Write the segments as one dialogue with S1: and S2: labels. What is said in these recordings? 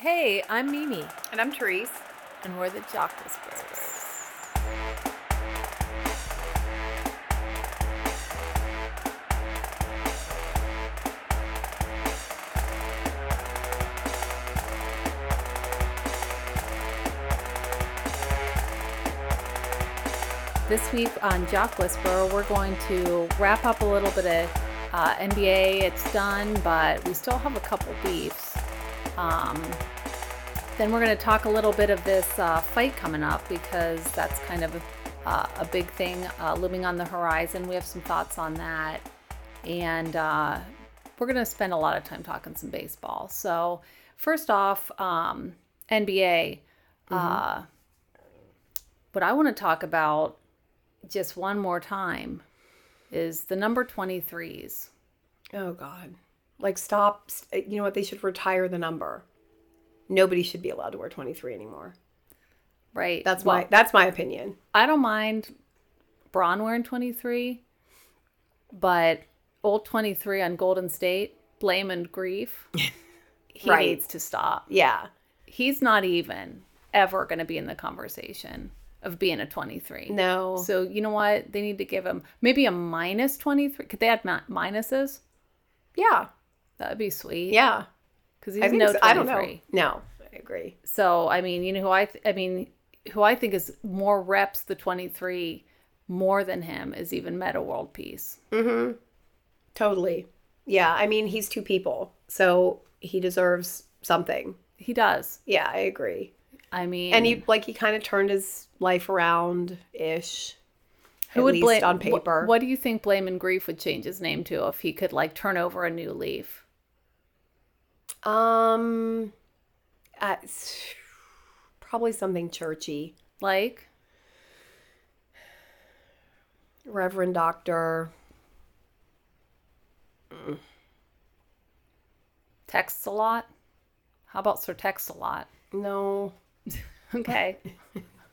S1: Hey, I'm Mimi,
S2: And I'm Therese.
S1: and we're the Jock Whisperers. This week on Jock Whisperer, we're going to wrap up a little bit of uh, NBA. It's done, but we still have a couple beefs. Um, then we're going to talk a little bit of this uh, fight coming up because that's kind of uh, a big thing uh, looming on the horizon. We have some thoughts on that. And uh, we're going to spend a lot of time talking some baseball. So, first off, um, NBA. Uh,
S2: Mm-hmm.
S1: what I want to talk about just one more time is the number 23s.
S2: Oh, God. Like, stop. s- eh, You know what? They should retire the number. Nobody should be allowed to wear 23 anymore.
S1: Right.
S2: That's
S1: Well,
S2: my that's my opinion.
S1: I don't mind Braun wearing 23, but old 23 on Golden State, blame and grief, he
S2: Right.
S1: needs to stop.
S2: Yeah.
S1: He's not even ever going to be in the conversation of being a 23.
S2: No.
S1: So, you know what? They need to give him maybe a minus 23. Could they add mi- minuses?
S2: yeah.
S1: That would be sweet.
S2: Yeah.
S1: Because he's
S2: I think
S1: no
S2: so.
S1: 23.
S2: I don't know. No, I agree.
S1: So I mean, you know who I th- I mean, who I think is more reps the 23 more than him is even Meta World Peace.
S2: Totally. Yeah. I mean, he's two people, so he deserves something.
S1: He does.
S2: Yeah, I agree.
S1: I mean,
S2: And he like he kind of turned his life around ish.
S1: who
S2: at least on
S1: wh-
S2: paper.
S1: What, do you think Blame and Grief would change his name to if he could like turn over a new leaf?
S2: Um, uh, probably something churchy.
S1: Like
S2: Reverend Doctor.
S1: texts a lot. How about Sir Texts a lot?
S2: No.
S1: Okay,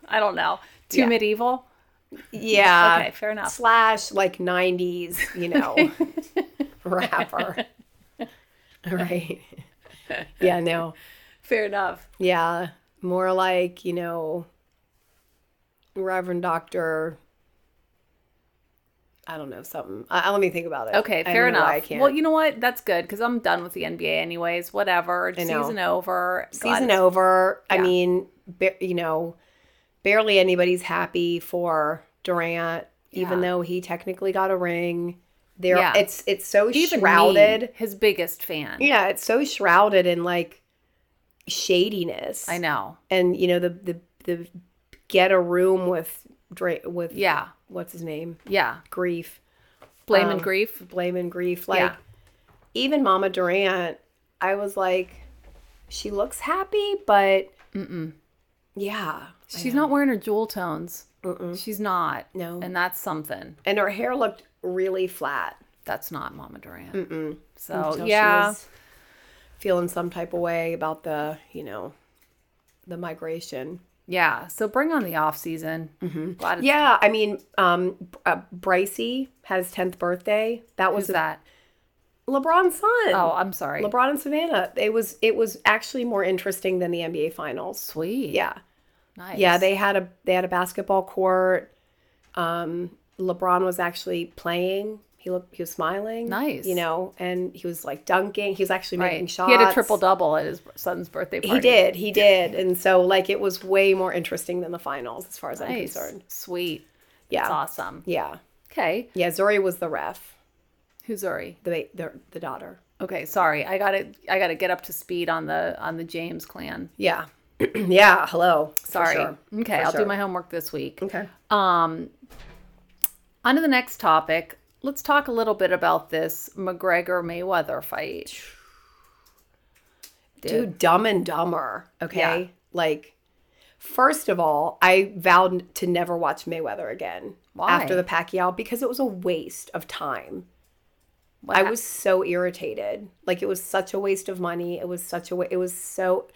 S1: I don't know. Too
S2: Yeah. Uh,
S1: medieval.
S2: Yeah.
S1: Okay, fair enough.
S2: Slash like '90s, you know, rapper. right. Yeah. No.
S1: Fair enough.
S2: Yeah. More like you know, Reverend Doctor. I don't know something. I, I- let me think about it.
S1: Okay,
S2: I don't
S1: fair
S2: know why
S1: enough.
S2: I can't.
S1: Well, you know what? That's good because I'm done with the NBA anyways. Whatever.
S2: know.
S1: Season over. Glad
S2: season
S1: it's
S2: over. I
S1: Yeah.
S2: mean, ba- you know, barely anybody's happy for Durant, even
S1: Yeah.
S2: though he technically got a ring. There,
S1: Yeah.
S2: it's it's so
S1: Even
S2: shrouded.
S1: me, his biggest fan.
S2: Yeah, it's so shrouded in like shadiness.
S1: I know.
S2: and you know the the the get a room with Dra- with
S1: Yeah,
S2: what's his name
S1: yeah.
S2: grief
S1: Blame
S2: Um,
S1: and grief.
S2: blame and grief like
S1: Yeah.
S2: even Mama Durant, I was like, she looks happy, but yeah,
S1: She's not wearing her jewel tones. She's not.
S2: No.
S1: and that's something.
S2: and her hair looked really flat.
S1: That's not Mama Durant. So
S2: So she
S1: Oh, yeah,
S2: was feeling some type of way about the you know, the migration.
S1: yeah. So bring on the off season. Mm-hmm. Glad it's,
S2: Yeah, I mean, um, Br- uh, Brycey had his tenth birthday. That was
S1: who's that?
S2: LeBron's son.
S1: Oh, I'm sorry.
S2: LeBron and Savannah. It was it was actually more interesting than the NBA Finals.
S1: Sweet.
S2: Yeah.
S1: Nice.
S2: Yeah, they had a they had a basketball court. Um, LeBron was actually playing. He looked he was smiling.
S1: Nice.
S2: You know, and he was like dunking. He was actually making
S1: right.
S2: shots.
S1: He had a triple double at his son's birthday party.
S2: He did, he did. And so like it was way more interesting than the finals as far as I'm
S1: Nice.
S2: concerned.
S1: Sweet.
S2: Yeah.
S1: That's awesome.
S2: Yeah.
S1: Okay.
S2: Yeah, Zori was the ref,
S1: Who's Uri?
S2: the ba- the, the daughter.
S1: Okay, sorry. I got to I got to get up to speed on the on the James clan.
S2: Yeah. yeah, hello. For
S1: Sorry.
S2: sure.
S1: Okay,
S2: For
S1: I'll do
S2: sure.
S1: my homework this week.
S2: Okay.
S1: On to the next topic. Let's talk a little bit about this McGregor Mayweather fight.
S2: Dude, dumb and dumber. Okay. Like, first of all, I vowed to never watch Mayweather again
S1: Why?
S2: after the Pacquiao because it was a waste of time.
S1: What
S2: I
S1: hap-
S2: was so irritated. Like, it was such a waste of money. It was such a wa- It was so.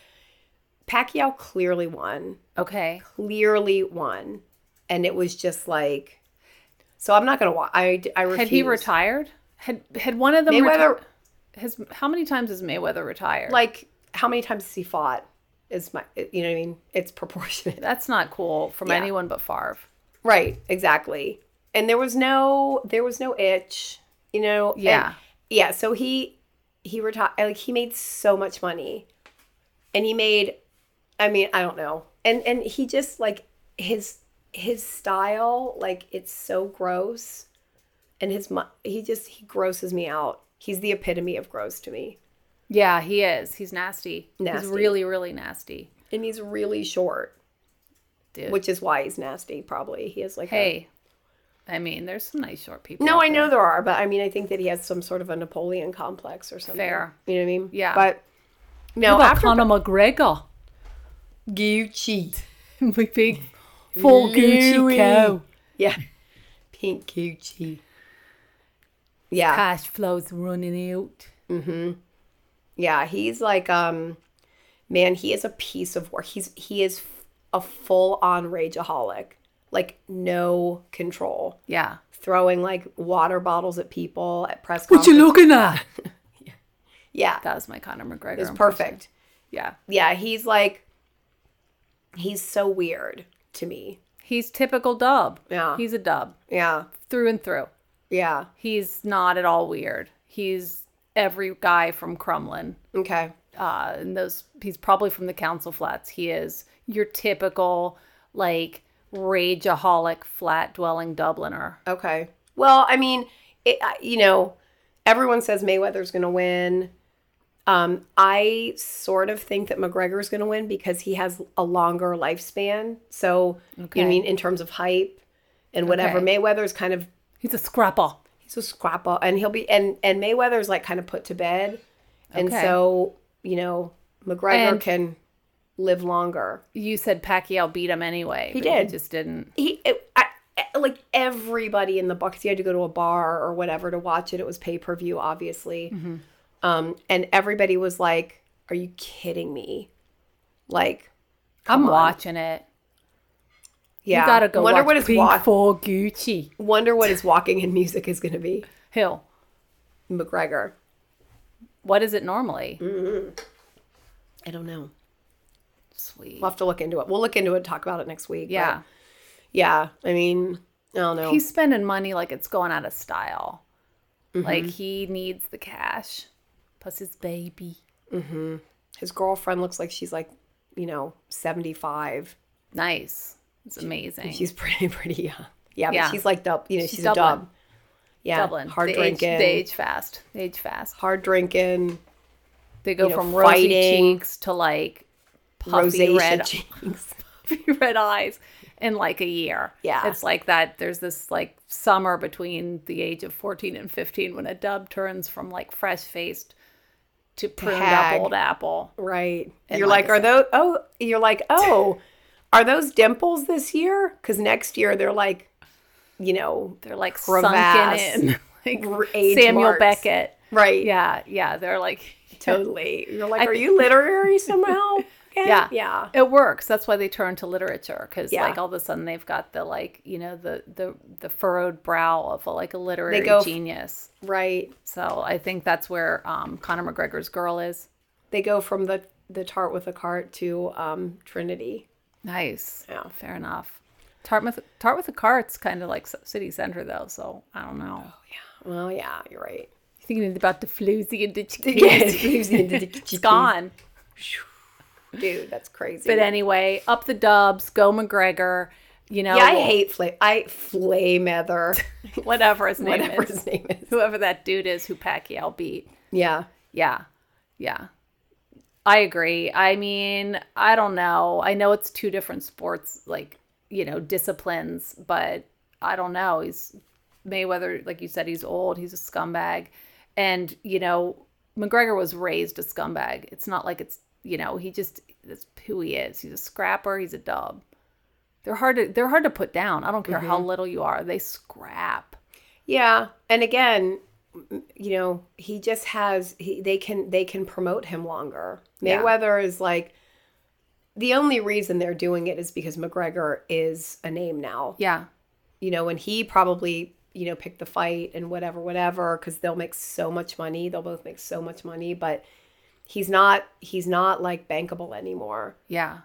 S2: Pacquiao clearly won.
S1: Okay.
S2: Clearly won. And it was just like. So I'm not going to watch. I, I refuse.
S1: Had he retired? Had had one of them reti-
S2: Mayweather,
S1: has how many times has Mayweather retired?
S2: like, how many times has he fought? Is my you know what I mean? It's proportionate.
S1: That's not cool from
S2: Yeah.
S1: anyone but Favre.
S2: Right, exactly. And there was no there was no itch, you know. and-
S1: Yeah.
S2: yeah, so he he retired like he made so much money. And he made I mean, I don't know. And and he just like his his style like it's so gross and his mo- he just he grosses me out. He's the epitome of gross to me.
S1: Yeah, he is. He's nasty.
S2: Nasty.
S1: He's really, really nasty,
S2: And he's really short,
S1: dude.
S2: which is why he's nasty probably. He has like a-
S1: hey, I mean, there's some nice short people.
S2: No,
S1: out
S2: I know
S1: there.
S2: there are, but I mean, I think that he has some sort of a Napoleon complex or something.
S1: Fair.
S2: You know what I mean?
S1: Yeah.
S2: But no,
S1: What about
S2: after
S1: Conor McGregor,
S2: Gucci.
S1: my big full Gucci
S2: Louis.
S1: cow.
S2: Yeah. Pink Gucci. Yeah.
S1: Cash flows running out.
S2: Yeah. He's like, um, man, he is a piece of work. He's, he is f- a full on rageaholic, like no control,
S1: Yeah.
S2: throwing like water bottles at people at press
S1: What you
S2: conferences.
S1: looking at?
S2: Yeah.
S1: That was my Conor McGregor.
S2: It's
S1: impression.
S2: perfect.
S1: Yeah.
S2: Yeah. He's like, he's so weird to me.
S1: He's typical dub.
S2: Yeah.
S1: He's a dub
S2: Yeah.
S1: through and through.
S2: Yeah.
S1: He's not at all weird. He's every guy from Crumlin.
S2: Okay.
S1: uh, and those he's probably from the council flats. He is your typical like rageaholic flat dwelling Dubliner.
S2: Okay. Well, I mean, it, I- you know, everyone says Mayweather's going to win. Um, I sort of think that McGregor's going to win because he has a longer lifespan. So, you know what
S1: Okay.
S2: I mean in terms of hype and whatever.
S1: Okay.
S2: Mayweather's kind of
S1: He's a scrapper.
S2: he's a scrapper, and he'll be and and Mayweather's like kind of put to bed, and
S1: Okay.
S2: so you know McGregor
S1: And-
S2: can live longer.
S1: You said Pacquiao beat him anyway. He
S2: did.
S1: He just didn't.
S2: he it, I, I- like everybody in the box he had to go to a bar or whatever to watch it it was pay-per-view obviously
S1: Mm-hmm.
S2: um and everybody was like are you kidding me like
S1: I'm
S2: on.
S1: watching it.
S2: yeah
S1: You gotta go
S2: wonder
S1: watch
S2: what his
S1: Pink
S2: walk
S1: for Gucci.
S2: wonder what his walking in music is gonna be
S1: Hill.
S2: mcgregor
S1: What is it normally?
S2: Mm. i don't know
S1: Sweet.
S2: we'll have to look into it we'll look into it talk about it next week but
S1: yeah.
S2: yeah i mean i don't know
S1: He's spending money like it's going out of style.
S2: Mm-hmm.
S1: Like he needs the cash. Plus his baby.
S2: his girlfriend looks like she's like you know 75
S1: Nice. It's amazing.
S2: She's pretty pretty young. Yeah,
S1: Yeah.
S2: but she's like dub. You know, she's, a
S1: Dublin.
S2: dub. Yeah,
S1: Dublin.
S2: hard
S1: they
S2: drinking,
S1: Age, they age fast. They age fast.
S2: hard drinking,
S1: They go
S2: you know,
S1: from rosy
S2: fighting,
S1: cheeks to like puffy
S2: rosacea
S1: red,
S2: cheeks.
S1: puffy red eyes in like a year.
S2: Yeah.
S1: It's like that. There's this like summer between the age of 14 and 15 when a dub turns from like fresh faced to pruned
S2: hag.
S1: up old apple.
S2: Right.
S1: And
S2: you're
S1: like
S2: like,
S1: I
S2: are those? Oh, you're like, oh, are those dimples this year? Because next year they're like, you know,
S1: They're like
S2: Crevasse.
S1: sunken in. Like
S2: r- age
S1: Samuel
S2: marks.
S1: Beckett.
S2: Right.
S1: Yeah. Yeah. They're like,
S2: Totally. You're like,
S1: I
S2: are
S1: thi-
S2: you literary somehow? Okay.
S1: Yeah.
S2: Yeah.
S1: it works that's why they turn to literature because
S2: Yeah.
S1: like all of a sudden they've got the like you know the the the furrowed brow of a, like a literary
S2: go f-
S1: genius
S2: Right.
S1: so i think that's where um conor mcgregor's girl is
S2: They go from the the tart with a cart to um Trinity.
S1: nice
S2: Yeah.
S1: fair enough tartmouth tart with the cart's kind of like c- city center though so i don't know
S2: Oh, Well, yeah, you're right.
S1: thinking about the floozy and the chicken
S2: Yes.
S1: it's gone
S2: Dude, that's crazy.
S1: but anyway up the dubs go mcgregor you know
S2: Yeah, I hate Flay. I Flay Mather,
S1: whatever his name
S2: whatever
S1: is
S2: his name is.
S1: whoever that dude is who pacquiao beat
S2: Yeah,
S1: Yeah. Yeah. I agree. I mean, I don't know. I know it's two different sports, like, you know, disciplines, but I don't know. He's Mayweather, like you said, he's old, he's a scumbag. And, you know, McGregor was raised a scumbag. It's not like it's, you know, he just, that's who he is. He's a scrapper, he's a dub. They're hard to, they're hard to put down. I don't care how little you are. They scrap.
S2: yeah. And again, m- you know, he just has. He, they can they can promote him longer.
S1: Yeah.
S2: Mayweather is like the only reason they're doing it is because McGregor is a name now.
S1: Yeah.
S2: You know, and he probably you know picked the fight and whatever, whatever, because they'll make so much money. They'll both make so much money, but He's not he's not like bankable anymore.
S1: Yeah.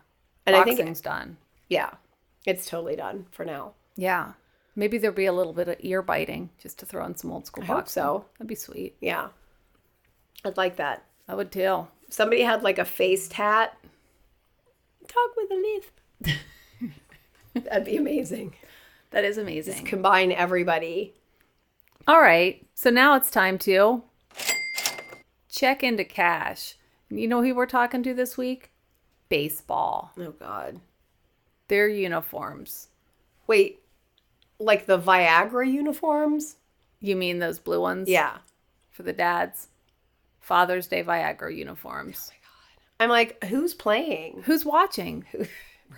S2: And I think
S1: Boxing's done.
S2: yeah, it's totally done for now.
S1: Yeah. Maybe there'll be a little bit of ear biting just to throw in some old school
S2: I hope
S1: boxing.
S2: so.
S1: That'd be sweet.
S2: Yeah. I'd like that.
S1: I would too.
S2: If somebody had like a face tat. Talk with a lisp. That'd be amazing.
S1: That is amazing.
S2: Combine everybody.
S1: All right. So now it's time to check into cash. You know who we're talking to this week? Baseball.
S2: Oh God.
S1: Their uniforms.
S2: Wait, like the Viagra uniforms?
S1: You mean those blue ones?
S2: Yeah.
S1: For the dads. Father's Day Viagra
S2: Oh
S1: uniforms.
S2: I'm like, who's playing?
S1: Who's watching?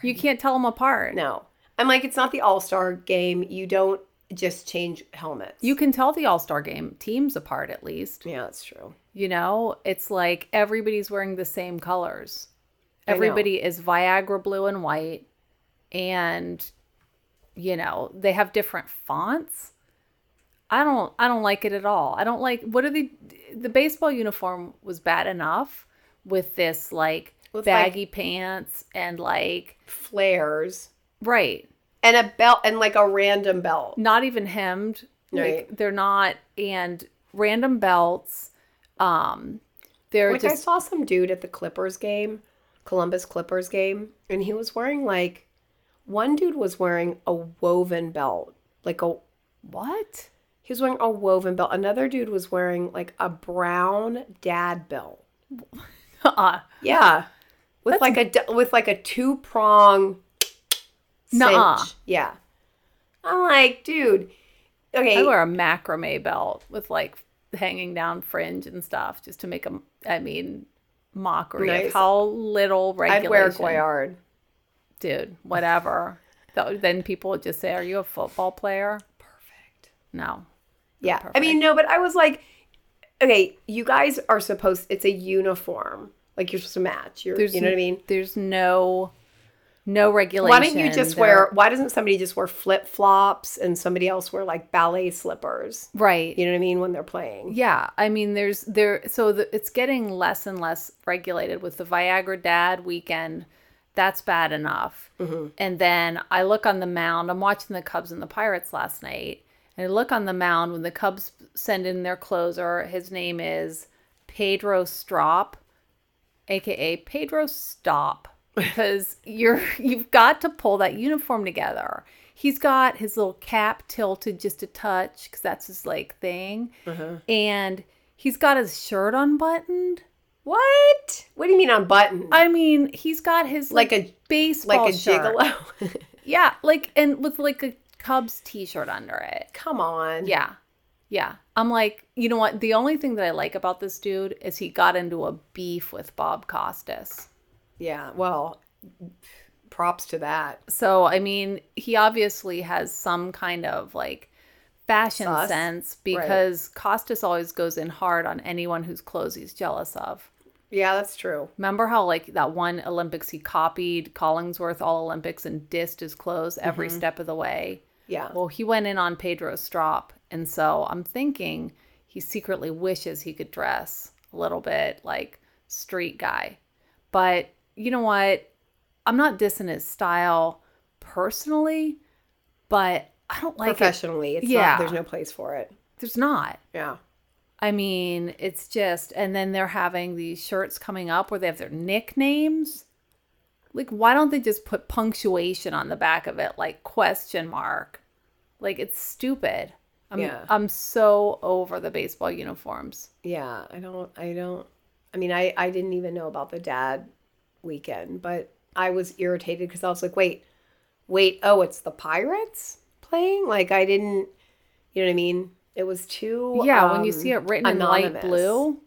S1: You can't tell them apart.
S2: No. I'm like, it's not the All Star game. You don't just change helmets.
S1: You can tell the All Star game teams apart at least.
S2: Yeah, that's true.
S1: You know, it's like everybody's wearing the same colors.
S2: I know.
S1: Everybody is Viagra blue and white. And you know, they have different fonts. I don't I don't like it at all. I don't like what are they the baseball uniform was bad enough with this like
S2: With, like-
S1: baggy pants and like
S2: Flares
S1: right.
S2: and a belt and like a random belt.
S1: not even hemmed. Like,
S2: Right.
S1: they're not and random belts. Um they're
S2: Like I
S1: just
S2: saw some dude at the Clippers game, Columbus Clippers game, and he was wearing like one dude was wearing a woven belt, like a
S1: what?
S2: he was wearing a woven belt. Another dude was wearing like a brown dad belt.
S1: Uh-uh.
S2: Yeah, with like a d- with like a two prong.
S1: Nuh-uh.
S2: Yeah, I'm like, dude. Okay,
S1: I wear a macrame belt with like hanging down fringe and stuff just to make a I mean mockery of
S2: Nice.
S1: how little
S2: I'd
S1: regulation. Oh,
S2: wear Goyard.
S1: Dude, whatever. that would, then people would just say, "Are you a football player?"
S2: Perfect.
S1: No.
S2: Yeah. I mean, no, but I was like, okay, you guys are supposed, it's a uniform. Like you're supposed to match. You're,
S1: There's
S2: you know what I mean?
S1: There's no no regulation.
S2: Why don't you just
S1: They're-
S2: wear, why doesn't somebody just wear flip flops and somebody else wear like ballet slippers?
S1: Right.
S2: You know what I mean? When they're playing.
S1: Yeah, I mean, there's there, so the, it's getting less and less regulated with the Viagra Dad weekend. That's bad enough. And then I look on the mound. I'm watching the Cubs and the Pirates last night, and I look on the mound when the Cubs send in their closer. His name is Pedro Strop, aka Pedro Stop, because you're you've got to pull that uniform together. He's got his little cap tilted just a touch because that's his like thing
S2: Uh-huh.
S1: and he's got his shirt unbuttoned.
S2: What? What do you mean unbuttoned?
S1: I mean, he's got his like,
S2: like a, like
S1: baseball
S2: a
S1: shirt.
S2: gigolo?
S1: Yeah, like and with like a Cubs t-shirt under it.
S2: Come on.
S1: Yeah. Yeah. I'm like, you know what? The only thing that I like about this dude is he got into a beef with Bob Costas.
S2: Yeah. Well, props to that.
S1: So, I mean, he obviously has some kind of like fashion
S2: Sus.
S1: sense because Costas always goes in hard on anyone whose clothes he's jealous of.
S2: Yeah, that's true.
S1: Remember how like that one Olympics he copied Collingsworth all Olympics and dissed his clothes every step of the way?
S2: Yeah.
S1: Well, he went in on Pedro Strop, and so I'm thinking he secretly wishes he could dress a little bit like street guy. But you know what? I'm not dissing his style personally, but I don't like it.
S2: Professionally, it's
S1: Yeah.
S2: not, there's no place for it.
S1: There's not.
S2: Yeah.
S1: I mean, it's just, and then they're having these shirts coming up where they have their nicknames. Like, why don't they just put punctuation on the back of it, like question mark? Like, it's stupid. I'm,
S2: Yeah.
S1: I'm so over the baseball uniforms.
S2: Yeah, I don't, I don't, I mean, I, I didn't even know about the dad weekend, but I was irritated because I was like, wait, wait, oh, it's the Pirates playing? Like, I didn't, you know what I mean? It was too,
S1: yeah, when you
S2: um,
S1: see it written in light
S2: anonymous.
S1: blue,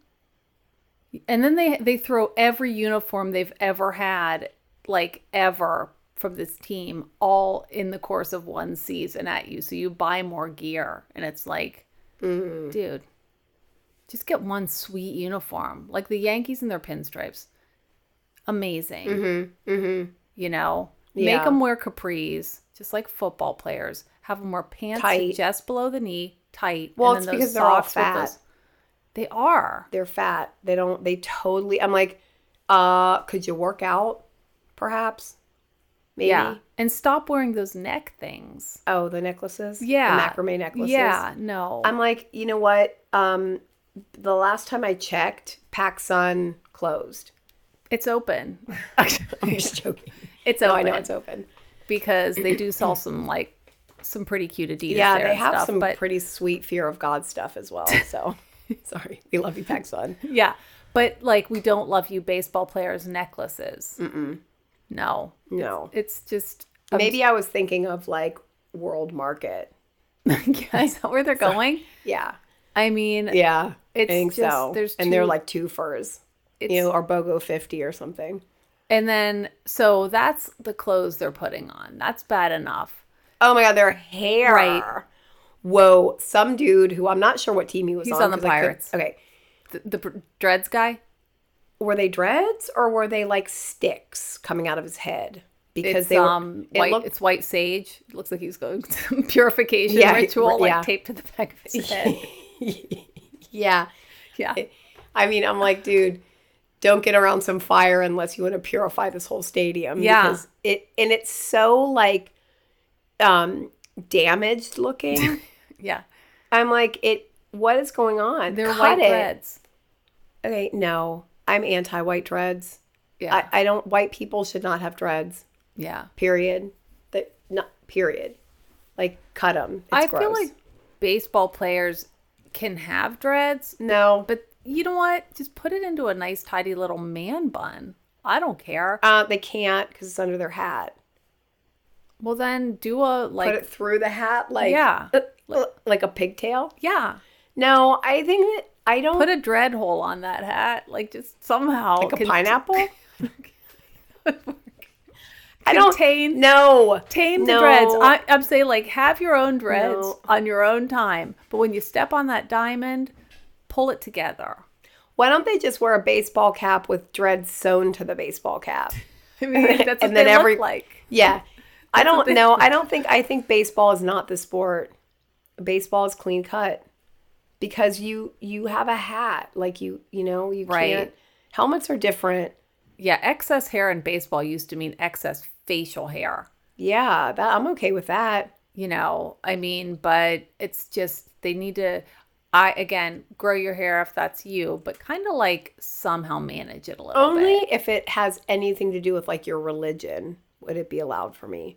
S1: and then they they throw every uniform they've ever had, like ever from this team, all in the course of one season at you. So you buy more gear, and it's like,
S2: Mm-hmm.
S1: dude, just get one sweet uniform, like the Yankees and their pinstripes. Amazing, you know. Make
S2: Mm-hmm. Yeah.
S1: them wear capris, just like football players. Have them wear pants
S2: Tight.
S1: just below the knee, tight.
S2: Well,
S1: and
S2: it's
S1: then those
S2: because they're all
S1: socks with
S2: fat.
S1: those- They are.
S2: They're fat. They don't, they totally, I'm like, uh, could you work out perhaps? Maybe.
S1: Yeah. And stop wearing those neck things.
S2: Oh, the necklaces?
S1: Yeah.
S2: The macrame necklaces?
S1: Yeah, no.
S2: I'm like, you know what? Um, the last time I checked, PacSun closed.
S1: it's open.
S2: I'm just joking.
S1: It's
S2: No,
S1: open
S2: I know it's open.
S1: because they do sell some like some pretty cute Adidas.
S2: Yeah,
S1: there
S2: they
S1: and
S2: have
S1: stuff,
S2: some
S1: but
S2: pretty sweet fear of God stuff as well. So, sorry, we love you, PacSun.
S1: yeah, but like we don't love you baseball players necklaces. Mm-mm. No,
S2: No,
S1: it's just
S2: maybe I was thinking of like world market.
S1: yeah, is that where they're going?
S2: Yeah,
S1: I mean,
S2: yeah,
S1: It's
S2: I think
S1: just-
S2: so.
S1: there's
S2: and they're
S1: two-
S2: like two furs,
S1: it's,
S2: you know, or BOGO fifty or something.
S1: and then so that's the clothes they're putting on. That's bad enough.
S2: Oh my God, their hair.
S1: Right.
S2: Whoa, some dude who I'm not sure what team he was
S1: He's
S2: on.
S1: on the
S2: 'cause I couldn't-
S1: Pirates.
S2: okay,
S1: The, the pr- dreads guy.
S2: were they dreads or were they like sticks coming out of his head? Because
S1: It's
S2: they were,
S1: um
S2: it
S1: white.
S2: looked-
S1: it's white sage. It looks like he's going to some purification
S2: Yeah,
S1: ritual,
S2: yeah.
S1: like taped to the back of his head.
S2: yeah.
S1: yeah,
S2: I mean, I'm like, dude, don't get around some fire unless you want to purify this whole stadium.
S1: Yeah.
S2: Because it and it's so like um damaged looking.
S1: yeah.
S2: I'm like, it what is going on?
S1: They're
S2: Cut
S1: white
S2: it.
S1: dreads.
S2: Okay, no. I'm anti white dreads.
S1: Yeah,
S2: I, I don't white people should not have dreads.
S1: yeah.
S2: Period. That not period. Like cut them. It's
S1: I
S2: gross.
S1: feel like baseball players can have dreads,
S2: no. But
S1: but you know what? Just put it into a nice, tidy little man bun. I don't care.
S2: uh, they can't because it's under their hat.
S1: Well, then do a like,
S2: Put it through the hat like uh,
S1: Yeah.
S2: like a pigtail.
S1: yeah,
S2: No, I think that I don't
S1: put a dread hole on that hat. Like, just somehow
S2: like a
S1: con-
S2: pineapple. I don't
S1: contain
S2: no
S1: contain the
S2: No.
S1: dreads. I, I'm saying like have your own dreads
S2: No.
S1: on your own time, but when you step on that diamond, pull it together.
S2: Why don't they just wear a baseball cap with dreads sewn to the baseball cap?
S1: I mean, that's what
S2: And then
S1: they
S2: every-
S1: look like.
S2: Yeah, I don't
S1: they-
S2: know. I don't think I think baseball is not the sport. Baseball is clean cut because you you have a hat like you you know you
S1: Right.
S2: can't. Helmets are different.
S1: Yeah, excess hair in baseball used to mean excess facial hair.
S2: Yeah, that I'm okay with that.
S1: you know i mean but it's just they need to i again grow your hair if that's you but kind of like somehow manage it a little
S2: Only
S1: bit
S2: if it has anything to do with like your religion would it be allowed for me.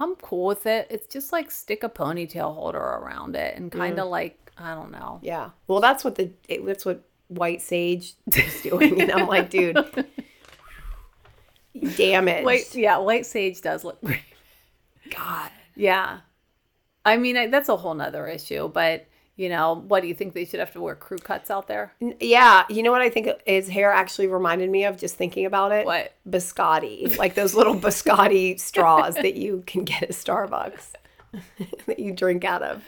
S1: i'm cool with it it's just like stick a ponytail holder around it and kind of like i don't know
S2: Yeah. Well, that's what the it, that's what White Sage is doing, and I'm like, dude, damn it.
S1: white yeah white sage does look pretty
S2: God.
S1: yeah i mean I, that's a whole nother issue but you know what do you think they should have to wear crew cuts out there
S2: N- Yeah. You know what I think his hair actually reminded me of just thinking about it.
S1: what
S2: Biscotti, like those little biscotti straws that you can get at Starbucks that you drink out of.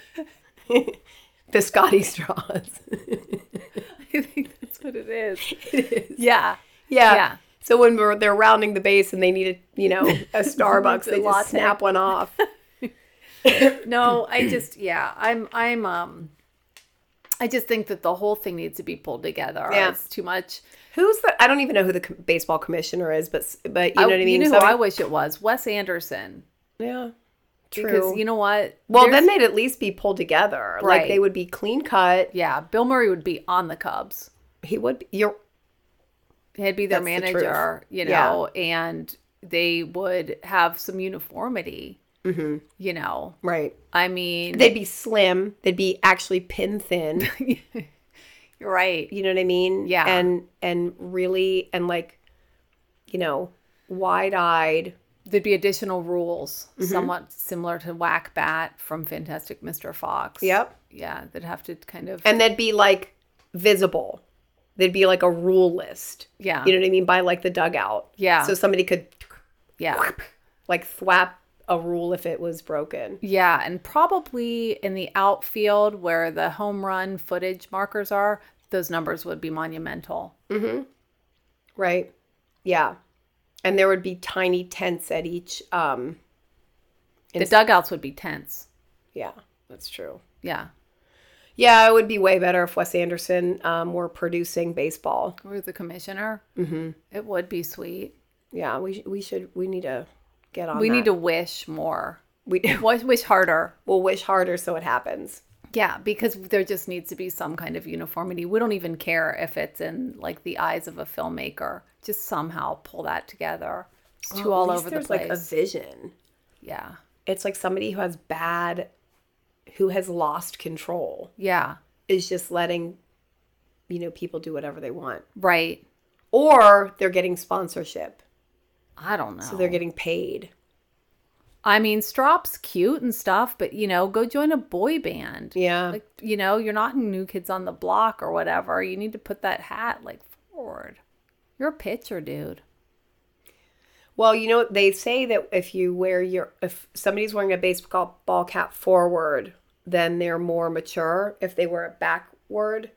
S2: biscotti straws.
S1: i think that's what it is
S2: it is.
S1: yeah
S2: Yeah.
S1: Yeah.
S2: So when we're, they're rounding the base and they need a, you know, a Starbucks,
S1: A
S2: they
S1: latte.
S2: just snap one off.
S1: no i just yeah i'm i'm um i just think that the whole thing needs to be pulled together
S2: Yeah.
S1: it's too much
S2: Who's the? I don't even know who the co- baseball commissioner is, but s- but you know
S1: I-
S2: what I mean.
S1: you know who
S2: So-
S1: i wish it was wes anderson
S2: yeah, true.
S1: because you know what
S2: well,
S1: There's-
S2: then they'd at least be pulled together. Like
S1: Right.
S2: they would be clean cut.
S1: yeah bill murray would be on the cubs
S2: He would. Be, you're
S1: he'd be their
S2: That's the truth.
S1: manager you
S2: Yeah.
S1: know and they would have some uniformity
S2: Mm-hmm.
S1: you know
S2: right.
S1: i mean
S2: They'd be slim. They'd be actually pin thin.
S1: you're right
S2: you know what I mean?
S1: Yeah.
S2: And and really and like, you know, wide eyed.
S1: there'd be additional rules
S2: Mm-hmm.
S1: somewhat similar to whack bat from fantastic mr fox
S2: Yep.
S1: yeah they'd have to kind of
S2: And they'd be like visible. They'd be like a rule list.
S1: Yeah.
S2: You know what I mean? By like the dugout.
S1: Yeah.
S2: So somebody could
S1: yeah.
S2: like thwap a rule if it was broken.
S1: Yeah. And probably in the outfield where the home run footage markers are, those numbers would be monumental.
S2: Right. Yeah. And there would be tiny tents at each um Mm-hmm.
S1: The dugouts would be tense.
S2: yeah, that's true.
S1: Yeah.
S2: Yeah, it would be way better if Wes Anderson um, were producing baseball.
S1: Or the commissioner. Mm-hmm. It would be sweet.
S2: Yeah, we sh- we should we need to get on.
S1: we need to wish more.
S2: we
S1: Wish, wish harder.
S2: will wish harder so it happens.
S1: Yeah, because there just needs to be some kind of uniformity. We don't even care if it's in like the eyes of a filmmaker. Just somehow pull that together. It's too all over the place.
S2: Like a vision.
S1: yeah.
S2: It's like somebody who has bad, who has lost control,
S1: Yeah.
S2: is just letting, you know, people do whatever they want,
S1: Right.
S2: or they're getting sponsorship,
S1: I don't know.
S2: so they're getting paid.
S1: I mean, Strop's cute and stuff, but you know, go join a boy band.
S2: Yeah,
S1: Like, you know, you're not in New Kids on the Block or whatever. You need to put that hat like forward. You're a pitcher, dude.
S2: Well, you know, they say that if you wear your, if somebody's wearing a baseball ball cap forward, then they're more mature. If they wear it backward,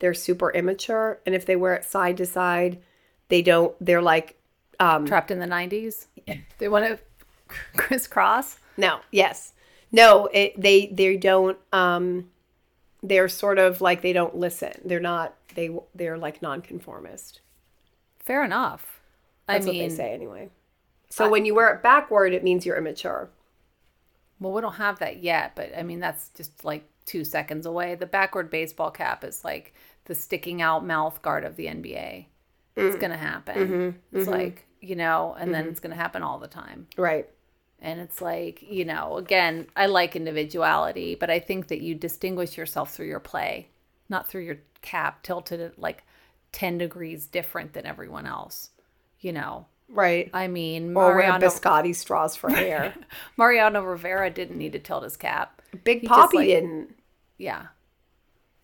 S2: they're super immature. And if they wear it side to side, they don't, they're like, um,
S1: Trapped in the 90s. They want to crisscross.
S2: no, yes. No, it, they, they don't, um, they're sort of like, they don't listen. They're not, they, they're like nonconformist.
S1: Fair enough.
S2: That's
S1: I mean,
S2: what they say anyway. So when you wear it backward, it means you're immature.
S1: well, we don't have that yet, but I mean, that's just like two seconds away. The backward baseball cap is like the sticking out mouth guard of the NBA.
S2: Mm.
S1: It's going to happen.
S2: Mm-hmm.
S1: It's like, you know, and then it's going to happen all the time.
S2: Right.
S1: And it's like, you know, again, I like individuality, but I think that you distinguish yourself through your play, not through your cap tilted at like 10 degrees different than everyone else. You know,
S2: Right.
S1: I mean,
S2: or wear
S1: Mariano,
S2: biscotti straws for hair.
S1: Mariano Rivera didn't need to tilt his cap.
S2: Big
S1: He just,
S2: Poppy
S1: like-
S2: didn't.
S1: Yeah.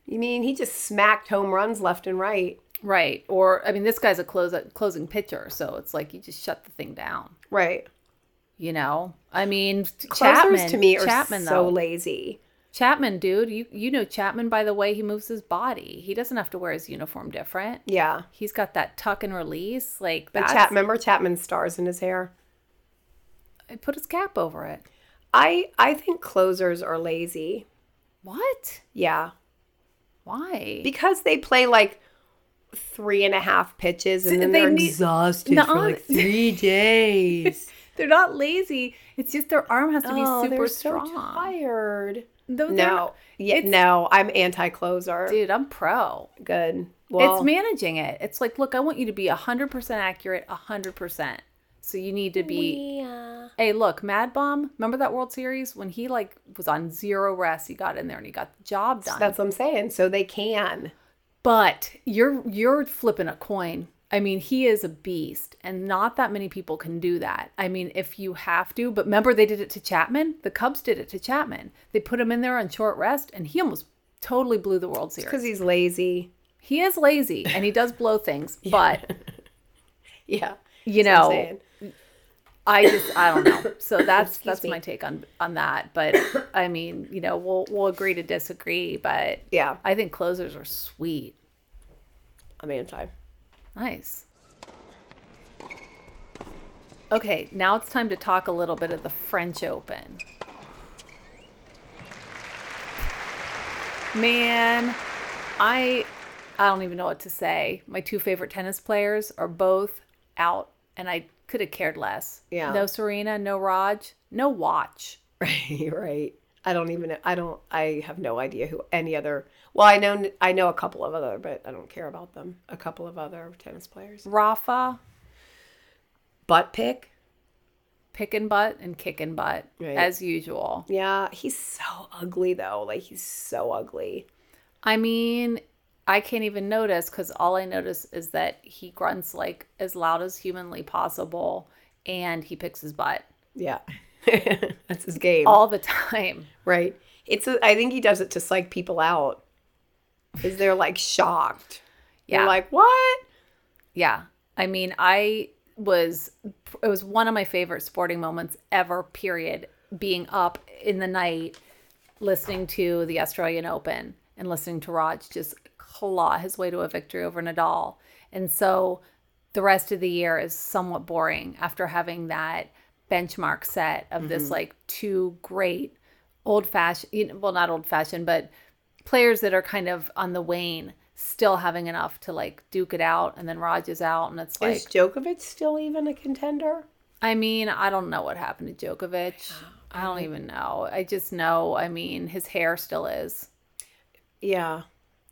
S2: You mean he just smacked home runs left and right?
S1: Right. Or, I mean, this guy's a close, closing pitcher. So it's like you just shut the thing down,
S2: Right.
S1: you know? I mean,
S2: Chapman
S1: Chapman
S2: to me are
S1: Chapman,
S2: so
S1: though.
S2: lazy.
S1: Chapman, dude, you, you know Chapman by the way he moves his body. He doesn't have to wear his uniform different.
S2: Yeah.
S1: He's got that tuck and release. Like
S2: But
S1: that.
S2: Chap, remember Chapman stars in his hair.
S1: I put his cap over it.
S2: I I think closers are lazy.
S1: What?
S2: Yeah,
S1: Why?
S2: because they play like three and a half pitches and then
S1: they
S2: they are
S1: need-
S2: exhausted
S1: Nuh-uh.
S2: for like three days.
S1: they're not lazy. It's just their arm has to be
S2: Oh,
S1: super
S2: they're so
S1: strong.
S2: tired.
S1: No, they're
S2: No,
S1: not.
S2: yeah,
S1: It's-
S2: no, I'm anti-closer.
S1: dude, I'm pro.
S2: Good. Well,
S1: it's managing it. It's like, look, I want you to be hundred percent accurate, hundred percent. So you need to be.
S2: Yeah.
S1: Hey, look, Mad Bomb. Remember that World Series when he like was on zero rest? He got in there and he got the job done.
S2: That's what I'm saying. So they can.
S1: but you're you're flipping a coin i mean he is a beast and not that many people can do that i mean if you have to but remember they did it to chapman the cubs did it to chapman they put him in there on short rest and he almost totally blew the world
S2: Because
S1: series
S2: he's lazy.
S1: he is lazy and he does blow things but
S2: Yeah.
S1: you
S2: That's what I'm
S1: know
S2: saying.
S1: i just i don't know so that's that's
S2: me.
S1: my take on on that but i mean you know we'll we'll agree to disagree but
S2: Yeah.
S1: i think closers are sweet
S2: I'm anti.
S1: Nice. Okay, now it's time to talk a little bit of the French Open. Man, I I don't even know what to say. My two favorite tennis players are both out and I could have cared less.
S2: Yeah.
S1: No Serena, no Raj, no watch.
S2: Right. Right. I don't even. I don't. I have no idea who any other. Well, I know. I know a couple of other, but I don't care about them. A couple of other tennis players.
S1: Rafa,
S2: Butt pick.
S1: pick and butt and kick and butt
S2: Right.
S1: as usual.
S2: Yeah. He's so ugly though. Like he's so ugly.
S1: I mean, I can't even notice because all I notice is that he grunts like as loud as humanly possible and he picks his butt
S2: Yeah. That's his game.
S1: all the time.
S2: Right. It's. A, I think he does it to psych people out. Is they're like shocked.
S1: Yeah.
S2: You're like what?
S1: Yeah. I mean, I was, it was one of my favorite sporting moments ever, period, being up in the night listening to the Australian Open and listening to Raj just claw his way to a victory over Nadal. And so the rest of the year is somewhat boring after having that benchmark set of this like two great old fashioned, well, not old fashioned, but players that are kind of on the wane still having enough to like duke it out and then Raj is out and it's like
S2: Is Djokovic still even a contender?
S1: I mean, I don't know what happened to Djokovic. I don't even know. I just know, I mean, his hair still is.
S2: Yeah,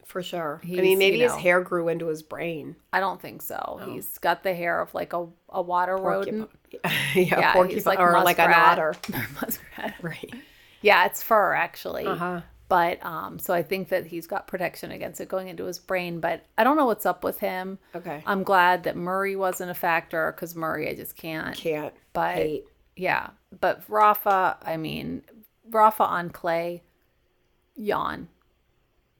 S2: for sure. I
S1: He's, you
S2: mean, maybe his
S1: know-
S2: hair grew into his brain.
S1: I don't think so.
S2: Oh.
S1: He's got the hair of like a, a water rodent.
S2: yeah, yeah,
S1: Yeah, he's
S2: porcupine
S1: like
S2: or like an
S1: muskrat.
S2: otter.
S1: Muskrat.
S2: Right.
S1: Yeah, it's fur actually.
S2: Uh-huh.
S1: But um so I think that he's got protection against it going into his brain, but I don't know what's up with him.
S2: Okay.
S1: I'm glad that Murray wasn't a factor cuz Murray I just can't.
S2: Can't.
S1: But
S2: hate.
S1: yeah, but Rafa, I mean, Rafa on clay yawn.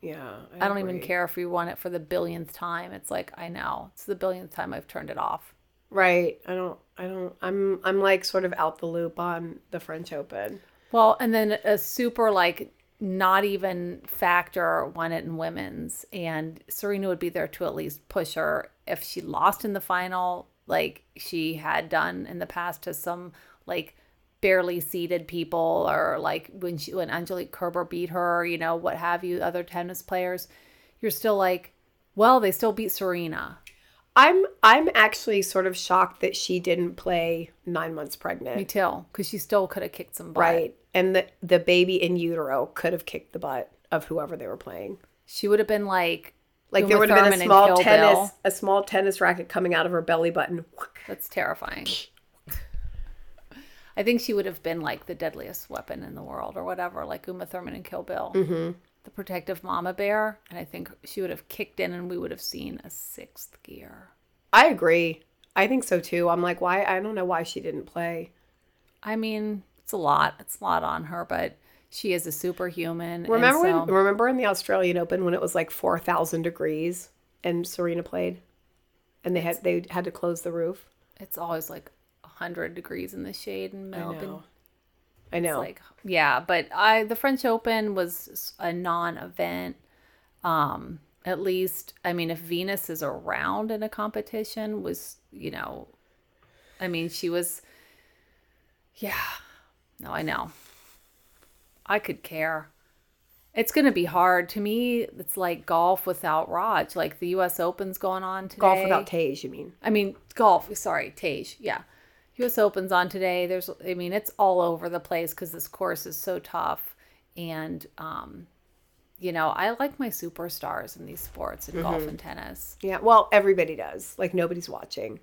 S2: Yeah.
S1: I don't even
S2: agree.
S1: care if we won it for the billionth time. It's like, I know. It's the billionth time I've turned it off.
S2: Right. I don't. I don't. I'm. I'm like sort of out the loop on the French Open.
S1: Well, and then a super like not even factor won it in women's, and Serena would be there to at least push her if she lost in the final, like she had done in the past to some like barely seeded people, or like when she when Angelique Kerber beat her, you know what have you, other tennis players. You're still like, well, they still beat Serena.
S2: I'm. I'm actually sort of shocked that she didn't play nine months
S1: Me
S2: pregnant.
S1: too, because she still could have kicked some butt.
S2: Right. And the the baby in utero could have kicked the butt of whoever they were playing.
S1: She would have been like,
S2: Like
S1: Uma
S2: there would have been
S1: Thurman
S2: a
S1: in
S2: small
S1: Kill
S2: tennis,
S1: Bill.
S2: a small tennis racket coming out of her belly button.
S1: That's terrifying. I think she would have been like the deadliest weapon in the world or whatever, like Uma Thurman and Kill Bill,
S2: Mm-hmm.
S1: the protective mama bear. And I think she would have kicked in and we would have seen a sixth gear.
S2: I agree. I think so too. I'm like, why? I don't know why she didn't play.
S1: I mean, it's a lot. It's a lot on her, but she is a superhuman. and
S2: Remember
S1: so-
S2: when? Remember in the Australian Open when it was like four thousand degrees and Serena played, and they had they had to close the roof.
S1: it's always like 100 degrees in the shade in Melbourne.
S2: I know.
S1: like yeah but i the french open was a non-event um at least i mean if venus is around in a competition was you know i mean she was yeah no i know i could care it's going to be hard to me it's like golf without raj like the us open's going on today
S2: golf without Tage. You mean?
S1: I mean, golf. Sorry, Tage. Yeah. US Open's on today. There's, I mean, it's all over the place because this course is so tough. And, um, you know, I like my superstars in these sports in golf and tennis.
S2: Yeah. Well, everybody does. Like nobody's watching.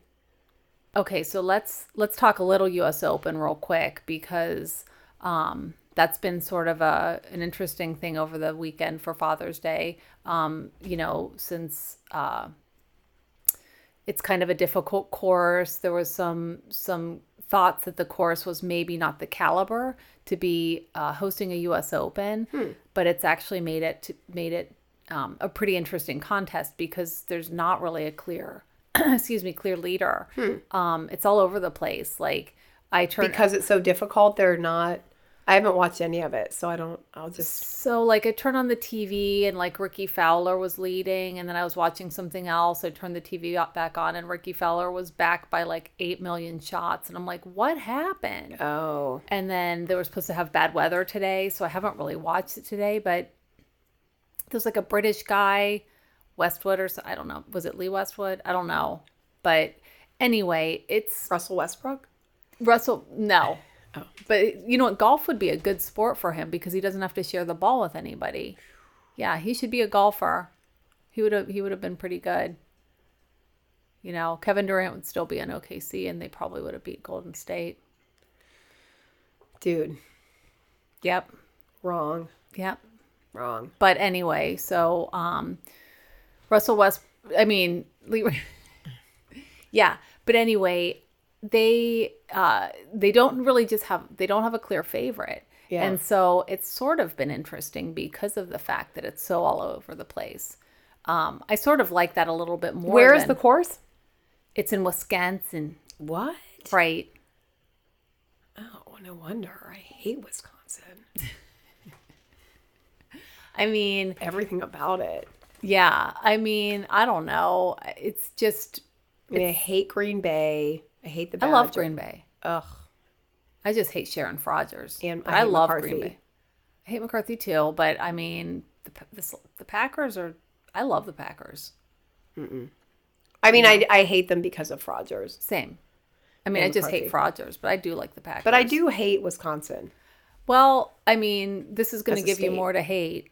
S1: Okay, so let's let's talk a little US Open real quick because um that's been sort of a an interesting thing over the weekend for Father's Day. Um, you know, since uh it's kind of a difficult course, there was some some thoughts that the course was maybe not the caliber to be uh, hosting a US Open, but it's actually made it to, made it um, a pretty interesting contest because there's not really a clear excuse me clear leader um it's all over the place like i turn
S2: because it's so difficult they're not i haven't watched any of it so i don't i'll just
S1: so like i turn on the tv and like ricky fowler was leading and then i was watching something else i turned the tv o- back on and ricky fowler was back by like 8 million shots and i'm like what happened
S2: oh
S1: and then they were supposed to have bad weather today so i haven't really watched it today but there's like a british guy westwood or so, i don't know was it lee westwood i don't know but anyway it's
S2: russell westbrook
S1: Russell, no. But you know what? Golf would be a good sport for him because he doesn't have to share the ball with anybody. Yeah, he should be a golfer. He would have he would have been pretty good. You know, Kevin Durant would still be in OKC and they probably would have beat Golden State.
S2: dude
S1: Yep.
S2: wrong
S1: Yep.
S2: wrong
S1: But anyway, so um Russell West I mean, Lee Yeah, but anyway, they uh they don't really just have they don't have a clear favorite.
S2: Yeah.
S1: And so it's sort of been interesting because of the fact that it's so all over the place. Um I sort of like that a little bit more.
S2: where is the
S1: than-
S2: course
S1: It's in Wisconsin,
S2: what
S1: right?
S2: oh no wonder i hate wisconsin
S1: I mean,
S2: everything about it
S1: yeah. I mean, I don't know. It's just
S2: i mean i hate green bay i hate the
S1: I love
S2: Badger-
S1: Green Bay.
S2: ugh
S1: I just hate Sharon Frogers.
S2: And
S1: But
S2: I
S1: I,
S2: hate
S1: love
S2: McCarthy.
S1: Green Bay. I hate McCarthy too, but I mean, the P- this, the Packers are. I love the Packers.
S2: I mean, I I hate them because of Rogers,
S1: Same. I mean,
S2: And
S1: I just hate Frogers, but I do like the Packers.
S2: but I do hate Wisconsin.
S1: Well, I mean, this is going
S2: As
S1: to
S2: a
S1: give you
S2: state.
S1: more to hate,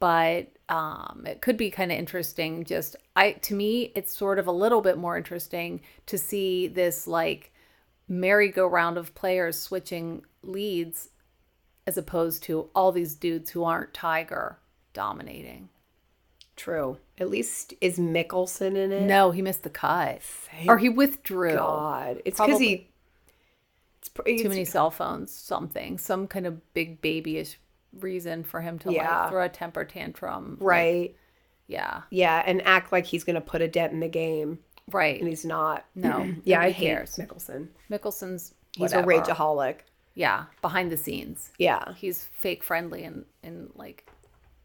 S1: but um, it could be kind of interesting. Just I, to me, it's sort of a little bit more interesting to see this like merry-go-round of players switching leads, as opposed to all these dudes who aren't Tiger dominating.
S2: True. At least is Mickelson in it?
S1: No, he missed the cut, or he withdrew.
S2: God, it's because he. It's, pr-
S1: Too
S2: it's-
S1: many cell phones, something, some kind of big babyish reason for him to
S2: Yeah.
S1: like throw a temper tantrum. like,
S2: Right.
S1: yeah.
S2: Yeah, and act like he's going to put a dent in the game,
S1: Right.
S2: and he's not.
S1: No.
S2: Yeah, I
S1: nobody
S2: hate
S1: cares.
S2: Mickelson.
S1: Mickelson's
S2: He's
S1: whatever.
S2: a rageaholic.
S1: Yeah, behind the scenes,
S2: Yeah.
S1: he's fake friendly and and like,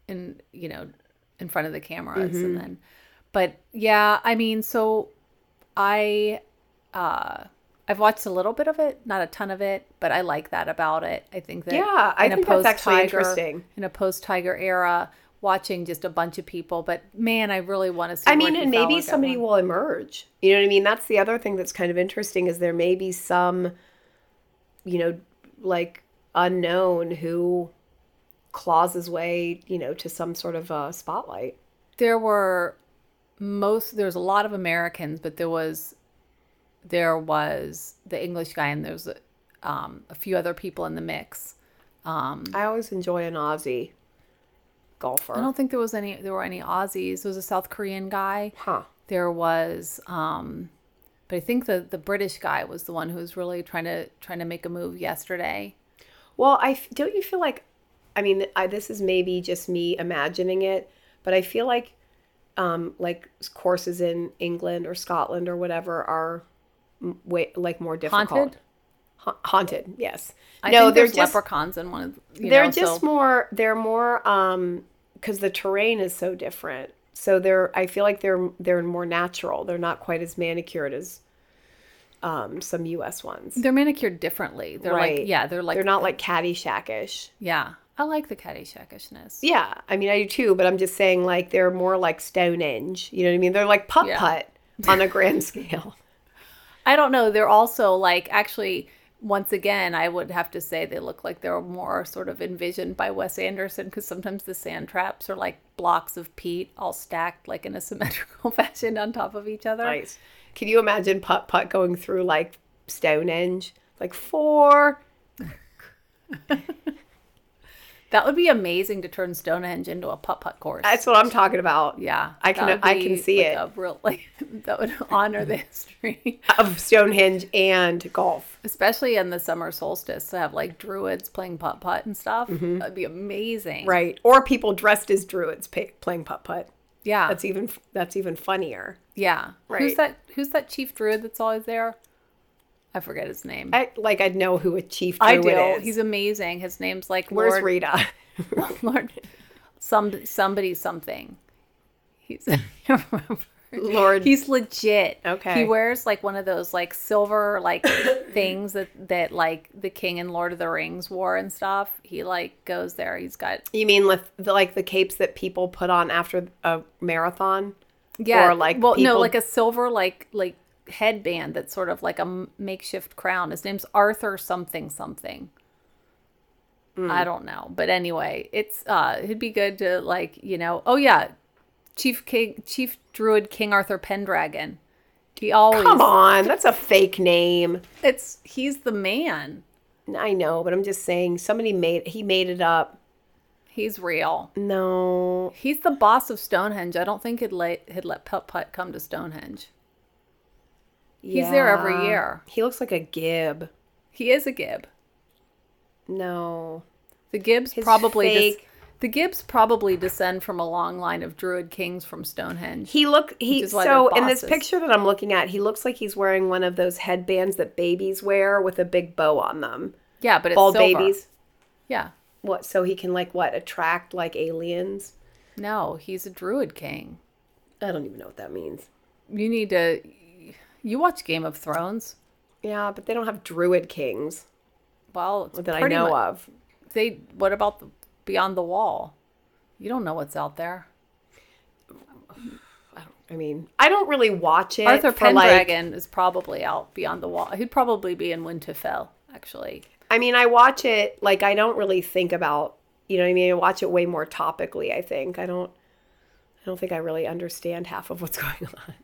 S1: in you know, in front of the cameras
S2: Mm-hmm.
S1: and then, but yeah, I mean, so I, uh, I've watched a little bit of it, not a ton of it, but I like that about it. I think that
S2: Yeah, I
S1: in a
S2: think that's actually
S1: post-Tiger-
S2: interesting.
S1: in a post Tiger era. Watching just a bunch of people, but man, I really want to see.
S2: I mean,
S1: Ricky
S2: and
S1: Fowler
S2: maybe
S1: get
S2: somebody
S1: one.
S2: will emerge. You know what I mean? That's the other thing that's kind of interesting is there may be some, you know, like unknown who claws his way, you know, to some sort of uh, spotlight.
S1: there were most there was a lot of Americans, but there was there was the English guy and there's um, a few other people in the mix.
S2: I always enjoy an
S1: Mm.
S2: Aussie
S1: I
S2: golfer.
S1: don't think there was any there were any Aussies. There was a South Korean guy.
S2: Huh.
S1: There was um but I think the the British guy was the one who was really trying to trying to make a move yesterday.
S2: Well, I f- don't you feel like, I mean, I, this is maybe just me imagining it, but I feel like, um, like courses in England or Scotland or whatever are m- way like more difficult.
S1: Haunted?
S2: Ha- haunted, yes.
S1: I
S2: no,
S1: think
S2: they're
S1: there's
S2: just
S1: leprechauns in one of you
S2: they're
S1: know, so-
S2: just more they're more um because the terrain is so different. So they're I feel like they're they're more natural. They're not quite as manicured as um some U.S. ones.
S1: they're manicured differently. They're
S2: Right.
S1: like yeah, they're like
S2: They're not like Caddyshack-ish.
S1: yeah. I like the Caddyshackishness.
S2: Yeah, I mean, I do too, but I'm just saying, like, they're more like Stonehenge. You know what I mean? They're like putt
S1: Yeah.
S2: putt on a grand scale.
S1: I don't know. They're also like actually once again, I would have to say they look like they're more sort of envisioned by Wes Anderson because sometimes the sand traps are like blocks of peat all stacked like in a symmetrical fashion on top of each other.
S2: Nice. Can you imagine putt putt going through like Stonehenge? Like four.
S1: That would be amazing to turn Stonehenge into a putt putt course.
S2: That's what I'm talking about.
S1: yeah,
S2: I
S1: that
S2: can-
S1: would
S2: I can
S1: be,
S2: see
S1: like,
S2: it.
S1: A real, like that would honor the history,
S2: Of Stonehenge and golf.
S1: especially in the summer solstice to have like druids playing putt putt and stuff. That'd be amazing,
S2: Mm-hmm. Right. Or people dressed as druids pa- playing putt putt.
S1: Yeah,
S2: That's even that's even funnier.
S1: Yeah. Who's
S2: Right.
S1: that who's that chief druid that's always there? I forget his name.
S2: I like I'd know who a chief
S1: I
S2: druid is.
S1: He's amazing. His name's like
S2: Where's
S1: Lord,
S2: Rita?
S1: Lord some somebody something. He's I can't remember.
S2: Lord
S1: He's legit.
S2: Okay.
S1: He wears like one of those like silver like things that that like the king and Lord of the Rings wore and stuff. He like goes there. He's got
S2: You mean lif- the, like the capes that people put on after a marathon?
S1: yeah,
S2: Or, like,
S1: well no
S2: people-
S1: like a silver like like headband that's sort of like a m- makeshift crown. His name's Arthur something something.
S2: Hmm.
S1: I don't know, but anyway, it's uh it'd be good to like you know oh yeah, Chief King Chief Druid King Arthur Pendragon. He always
S2: Come on, that's a fake name.
S1: it's he's the man.
S2: I know, but I'm just saying somebody made he made it up.
S1: He's real.
S2: No,
S1: He's the boss of Stonehenge. I don't think he'd let he'd let Putt Putt come to Stonehenge. He's there every
S2: Yeah.
S1: year.
S2: He looks like a gib.
S1: He is a gib.
S2: No,
S1: The Gibbs probably des-
S2: fake-
S1: the Gibbs probably descend from a long line of Druid kings from Stonehenge.
S2: he look he
S1: is why
S2: so
S1: they're
S2: in this
S1: bosses.
S2: picture that I'm looking at, he looks like he's wearing one of those headbands that babies wear with a big bow on them.
S1: Yeah, but it's
S2: Bald
S1: silver.
S2: babies.
S1: Yeah,
S2: What? So he can like what attract like aliens?
S1: no, he's a Druid king.
S2: I don't even know what that means.
S1: You need to. You watch Game of Thrones?
S2: Yeah, but they don't have druid kings
S1: Well, it's
S2: that I
S1: pretty
S2: know
S1: mu-
S2: of.
S1: They. What about the Beyond the Wall? You don't know what's out there.
S2: I mean, I don't really watch it.
S1: Arthur
S2: for, like-
S1: Pendragon is probably out beyond the wall. He'd probably be in Winterfell, actually.
S2: I mean, I watch it like I don't really think about, you know what I mean? I watch it way more topically, I think. I don't I don't think I really understand half of what's going on.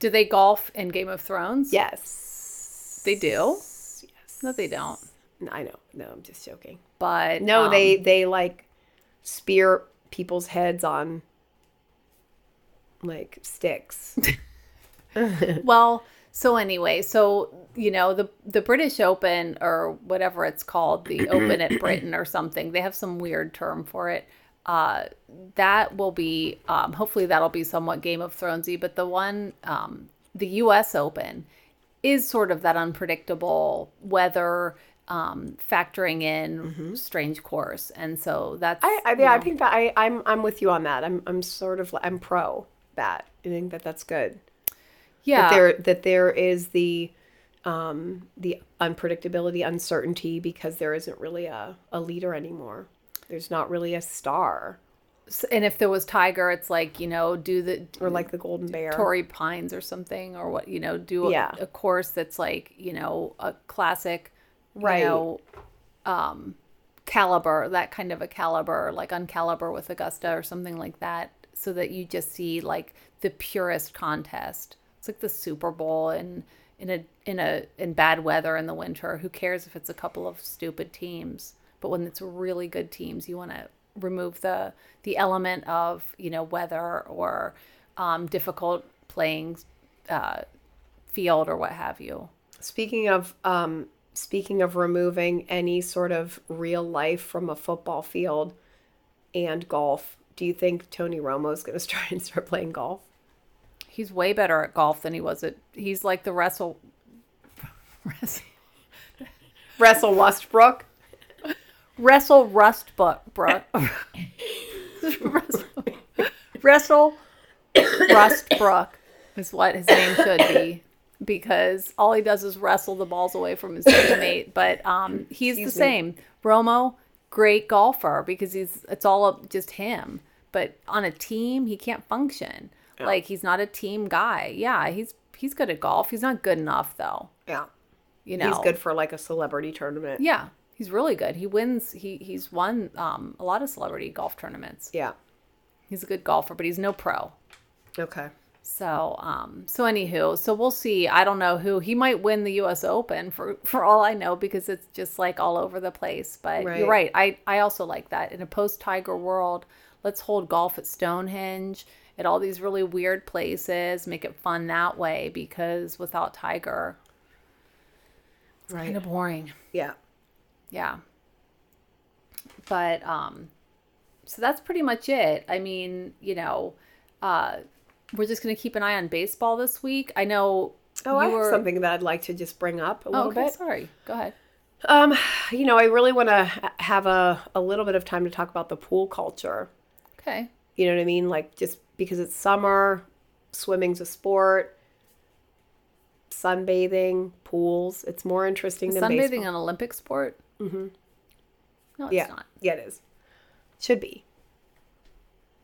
S1: Do they golf in Game of Thrones?
S2: Yes.
S1: They do?
S2: Yes.
S1: No, they don't.
S2: I know. No, I'm just joking.
S1: But
S2: No,
S1: um,
S2: they they like spear people's heads on like sticks.
S1: Well, so anyway, so you know the the British Open or whatever it's called, the Open at Britain or something. They have some weird term for it. Uh, that will be um, hopefully that'll be somewhat Game of Thronesy, but the one um, the U.S. Open is sort of that unpredictable weather. Um, factoring in strange course, and so that's
S2: Mm-hmm. I, I yeah, I think that I I'm I'm with you on that. I'm I'm sort of I'm pro that. I think that that's good.
S1: yeah.
S2: that there that there is the um the unpredictability uncertainty because there isn't really a, a leader anymore there's not really a star
S1: S- and if there was tiger, it's like you know do the
S2: or like the golden bear
S1: Torrey Pines or something, or what you know, do a,
S2: Yeah.
S1: a course that's like you know a classic,
S2: Right.
S1: You know, um, caliber that kind of a caliber, like uncaliber with Augusta or something like that, so that you just see like the purest contest. It's like the Super Bowl in in a in a in bad weather in the winter. Who cares if it's a couple of stupid teams? But when it's really good teams, you want to remove the the element of you know weather or um, difficult playing uh, field or what have you.
S2: speaking of um speaking of removing any sort of real life from a football field and golf do you think tony romo's going to try and start playing golf
S1: He's way better at golf than he was at. He's like the wrestle. wrestle-
S2: wrestle westbrook
S1: Wrestle Rust Buck, bro. wrestle, wrestle Rust Brook is what his name should be because all he does is wrestle the balls away from his teammate. But um, he's the
S2: me.
S1: same. Romo, great golfer because he's it's all up just him. But on a team, he can't function. Like he's not a team guy. Yeah, he's he's good at golf. He's not good enough though.
S2: yeah
S1: You know,
S2: he's good for like a celebrity tournament
S1: yeah, he's really good. He wins. He he's won um, a lot of celebrity golf tournaments.
S2: yeah
S1: He's a good golfer, but he's no pro.
S2: okay
S1: So um so anywho, so we'll see. I don't know who he might win the U.S. Open for for all I know because it's just like all over the place. But you're right.
S2: Right.
S1: I I also like that in a post Tiger world. Let's hold golf at Stonehenge at all these really weird places. Make it fun that way because without Tiger,
S2: right
S1: kind of boring.
S2: yeah
S1: Yeah. But um so that's pretty much it. I mean, you know, uh we're just going to keep an eye on baseball this week. I know
S2: Oh, I have something that I'd like to just bring up a
S1: Oh,
S2: little
S1: okay,
S2: bit.
S1: sorry. Go ahead.
S2: Um, you know, I really want to have a, a little bit of time to talk about the pool culture.
S1: Okay.
S2: You know what I mean? Like, just because it's summer, swimming's a sport, sunbathing, pools. It's more interesting
S1: Is
S2: than
S1: sunbathing
S2: baseball.
S1: an Olympic sport? Mhm. No, it's
S2: yeah,
S1: not.
S2: yeah, it is. Should be.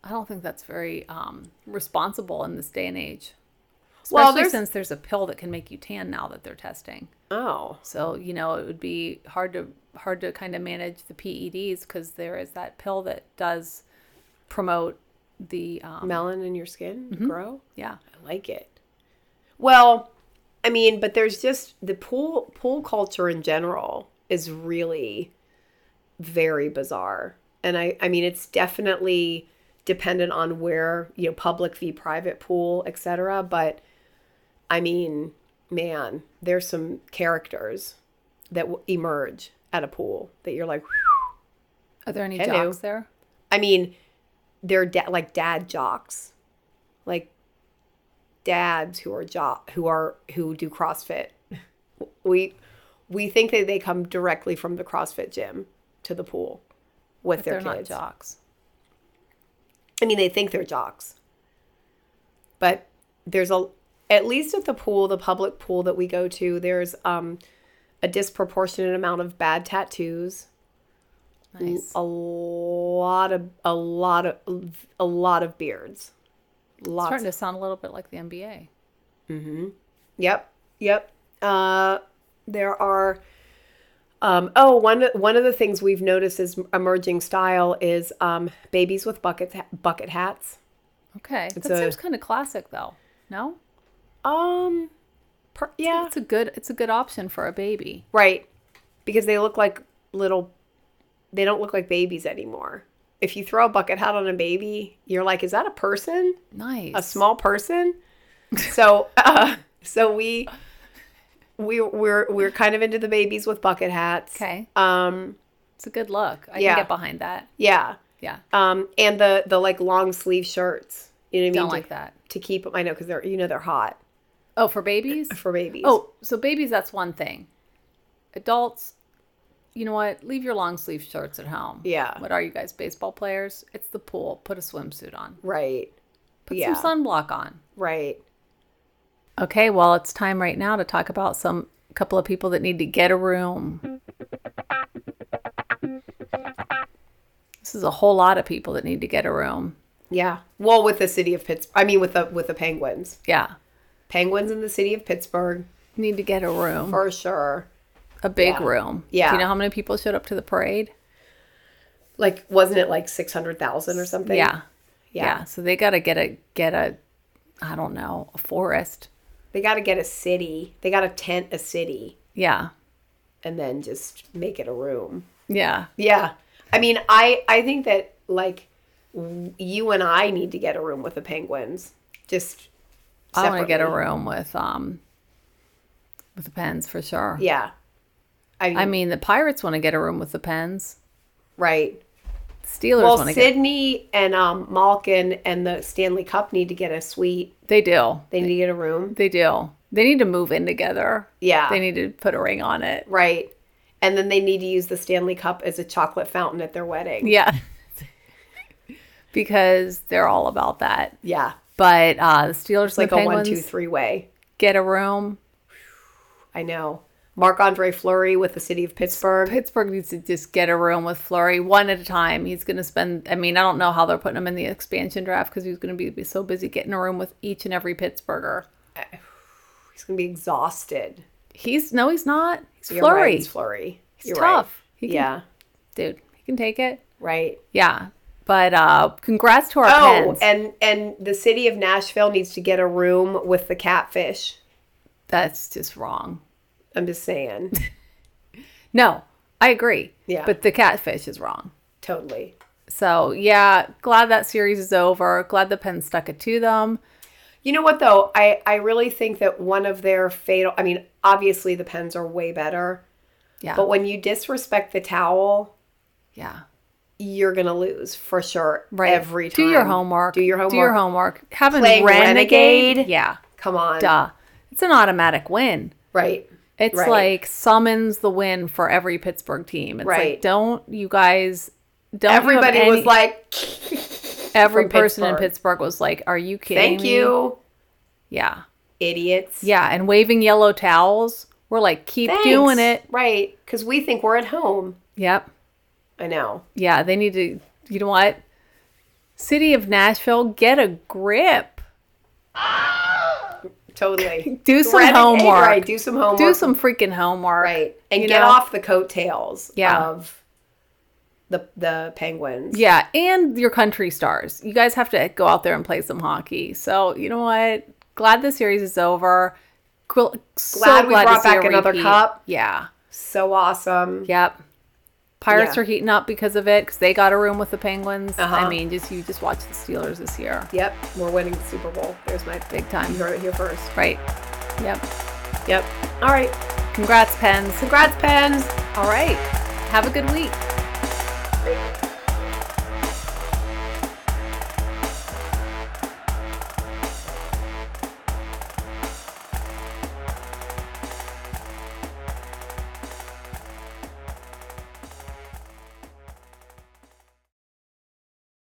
S1: I don't think that's very um responsible in this day and age.
S2: Well,
S1: Especially
S2: there's-
S1: since there's a pill that can make you tan now that they're testing.
S2: Oh,
S1: So you know it would be hard to hard to kind of manage the PEDs because there is that pill that does promote the um,
S2: melon in your skin
S1: Mm-hmm.
S2: grow.
S1: yeah
S2: I like it. Well, I mean, but there's just the pool pool culture in general is really very bizarre. And I I mean, it's definitely dependent on where, you know, public v private pool, etc., but I mean, man, there's some characters that w- emerge at a pool that you're like
S1: Are there any
S2: Hello.
S1: jocks there?
S2: I mean, they're da- like dad jocks, like dads who are jo- who are who do CrossFit. We we think that they come directly from the CrossFit gym to the pool with
S1: They're
S2: their
S1: not
S2: kids.
S1: jocks.
S2: I mean, they think they're jocks, but there's a at least at the pool, the public pool that we go to, there's um, a disproportionate amount of bad tattoos.
S1: Nice.
S2: a lot of a lot of a lot of beards. Lots.
S1: Starting to sound a little bit like the NBA.
S2: Yep. Yep. Uh, there are. Um, oh, one one of the things we've noticed is emerging style is um, babies with bucket bucket hats.
S1: Okay. That
S2: a-
S1: seems kind of classic though. No?
S2: Um, per, yeah,
S1: It's a good it's a good option for a baby.
S2: right, because they look like little. They don't look like babies anymore. If you throw a bucket hat on a baby, you're like, is that a person?
S1: Nice.
S2: a small person. So uh, so we we we're we're kind of into the babies with bucket hats.
S1: Okay.
S2: Um
S1: It's a good look. I
S2: Yeah.
S1: can get behind that.
S2: yeah.
S1: Yeah.
S2: Um and the the like long sleeve shirts. You know what I mean?
S1: Don't
S2: to,
S1: like that.
S2: to keep I know because they're you know they're hot
S1: Oh, for babies?
S2: for babies.
S1: Oh, so babies that's one thing. Adults, you know what? Leave your long sleeve shirts at home.
S2: Yeah.
S1: What are you guys? Baseball players? It's the pool. Put a swimsuit on.
S2: right.
S1: Put
S2: Yeah.
S1: some sunblock on.
S2: Right.
S1: Okay, well, it's time right now to talk about some couple of people that need to get a room. This is a whole lot of people that need to get a room.
S2: Yeah. Well, with the city of Pittsburgh. I mean with the with the penguins.
S1: Yeah.
S2: Penguins in the city of Pittsburgh
S1: Need to get a room.
S2: for sure.
S1: A big
S2: yeah.
S1: room.
S2: Yeah.
S1: Do you know how many people showed up to the parade?
S2: Like wasn't it like 600,000 or something?
S1: Yeah.
S2: Yeah.
S1: yeah. So they got to get a get a I don't know, a forest.
S2: They got to get a city. They got to tent a city.
S1: Yeah.
S2: and then just make it a room.
S1: Yeah.
S2: Yeah. I mean, I I think that like w- you and I need to get a room with the penguins. Just
S1: I want to get a
S2: separately.
S1: room with um with the pens for sure.
S2: Yeah. I mean,
S1: I mean, the pirates want to get a room with the pens.
S2: right.
S1: Steelers
S2: Well,
S1: want to get
S2: Sydney and um, Malkin and the Stanley Cup need to get a suite.
S1: They do.
S2: They need to get a room.
S1: They do. They need to move in together.
S2: Yeah.
S1: They need to put a ring on it.
S2: right. And then they need to use the Stanley Cup as a chocolate fountain at their wedding.
S1: Yeah. because they're all about that.
S2: Yeah.
S1: But uh, the Steelers
S2: Like
S1: and the
S2: a one,
S1: Penguins
S2: two, three way.
S1: get a room.
S2: I know. Marc Andre Fleury with the city of Pittsburgh.
S1: Pittsburgh needs to just get a room with Flurry one at a time. He's going to spend. I mean, I don't know how they're putting him in the expansion draft because he's going to be, be so busy getting a room with each and every Pittsburgher.
S2: He's going to be exhausted.
S1: He's no, he's not. He's
S2: You're
S1: Flurry.
S2: Right, it's Flurry.
S1: He's tough. He can,
S2: Yeah.
S1: dude, he can take it.
S2: Right.
S1: Yeah, but uh, congrats to our
S2: Oh,
S1: Pens.
S2: and and the city of Nashville needs to get a room with the catfish.
S1: That's just wrong.
S2: I'm just saying.
S1: No, I agree.
S2: Yeah.
S1: But the catfish is wrong.
S2: totally.
S1: So, yeah, glad that series is over. Glad the pen stuck it to them.
S2: You know what though? I I really think that one of their fatal I mean, obviously the pens are way better,
S1: Yeah.
S2: but when you disrespect the towel,
S1: yeah.
S2: you're going to lose for sure
S1: Right.
S2: every time.
S1: Do your homework.
S2: Do your homework.
S1: Do your homework. Having
S2: Playing
S1: renegade,
S2: Renegade.
S1: Yeah.
S2: Come on.
S1: Duh. It's an automatic win.
S2: Right.
S1: It's
S2: Right.
S1: like summons the win for every Pittsburgh team. It's
S2: Right.
S1: like, don't you guys, don't you have
S2: Everybody
S1: any-
S2: was like,
S1: every
S2: from
S1: person in
S2: Pittsburgh.
S1: Pittsburgh was like, are you kidding
S2: "Thank
S1: me?
S2: you,
S1: Yeah.
S2: idiots."
S1: Yeah. And waving yellow towels. We're like, keep
S2: Thanks.
S1: doing it.
S2: Right. Because we think we're at home.
S1: Yep.
S2: I know.
S1: Yeah, they need to. You know what? City of Nashville, get a grip.
S2: Totally.
S1: Do some
S2: Renegade,
S1: homework.
S2: Right. Do some homework.
S1: Do some freaking homework.
S2: right. And
S1: you
S2: get
S1: know?
S2: off the coattails
S1: Yeah.
S2: of the the penguins.
S1: Yeah, and your country stars. You guys have to go out there and play some hockey. So you know what? Glad the series is over. Gl- so
S2: Glad we
S1: to
S2: brought
S1: see a
S2: back another
S1: repeat.
S2: cup.
S1: Yeah.
S2: So awesome.
S1: Yep. Pirates
S2: Yeah.
S1: are heating up because of it, because they got a room with the Penguins. I
S2: Uh-huh.
S1: mean, just you just watch the Steelers this year,
S2: Yep. We're winning the Super Bowl. There's my
S1: big time.
S2: You heard it here first.
S1: Right. Yep.
S2: Yep. All right.
S1: Congrats, Pens.
S2: Congrats, Pens.
S1: All right. Have a good week.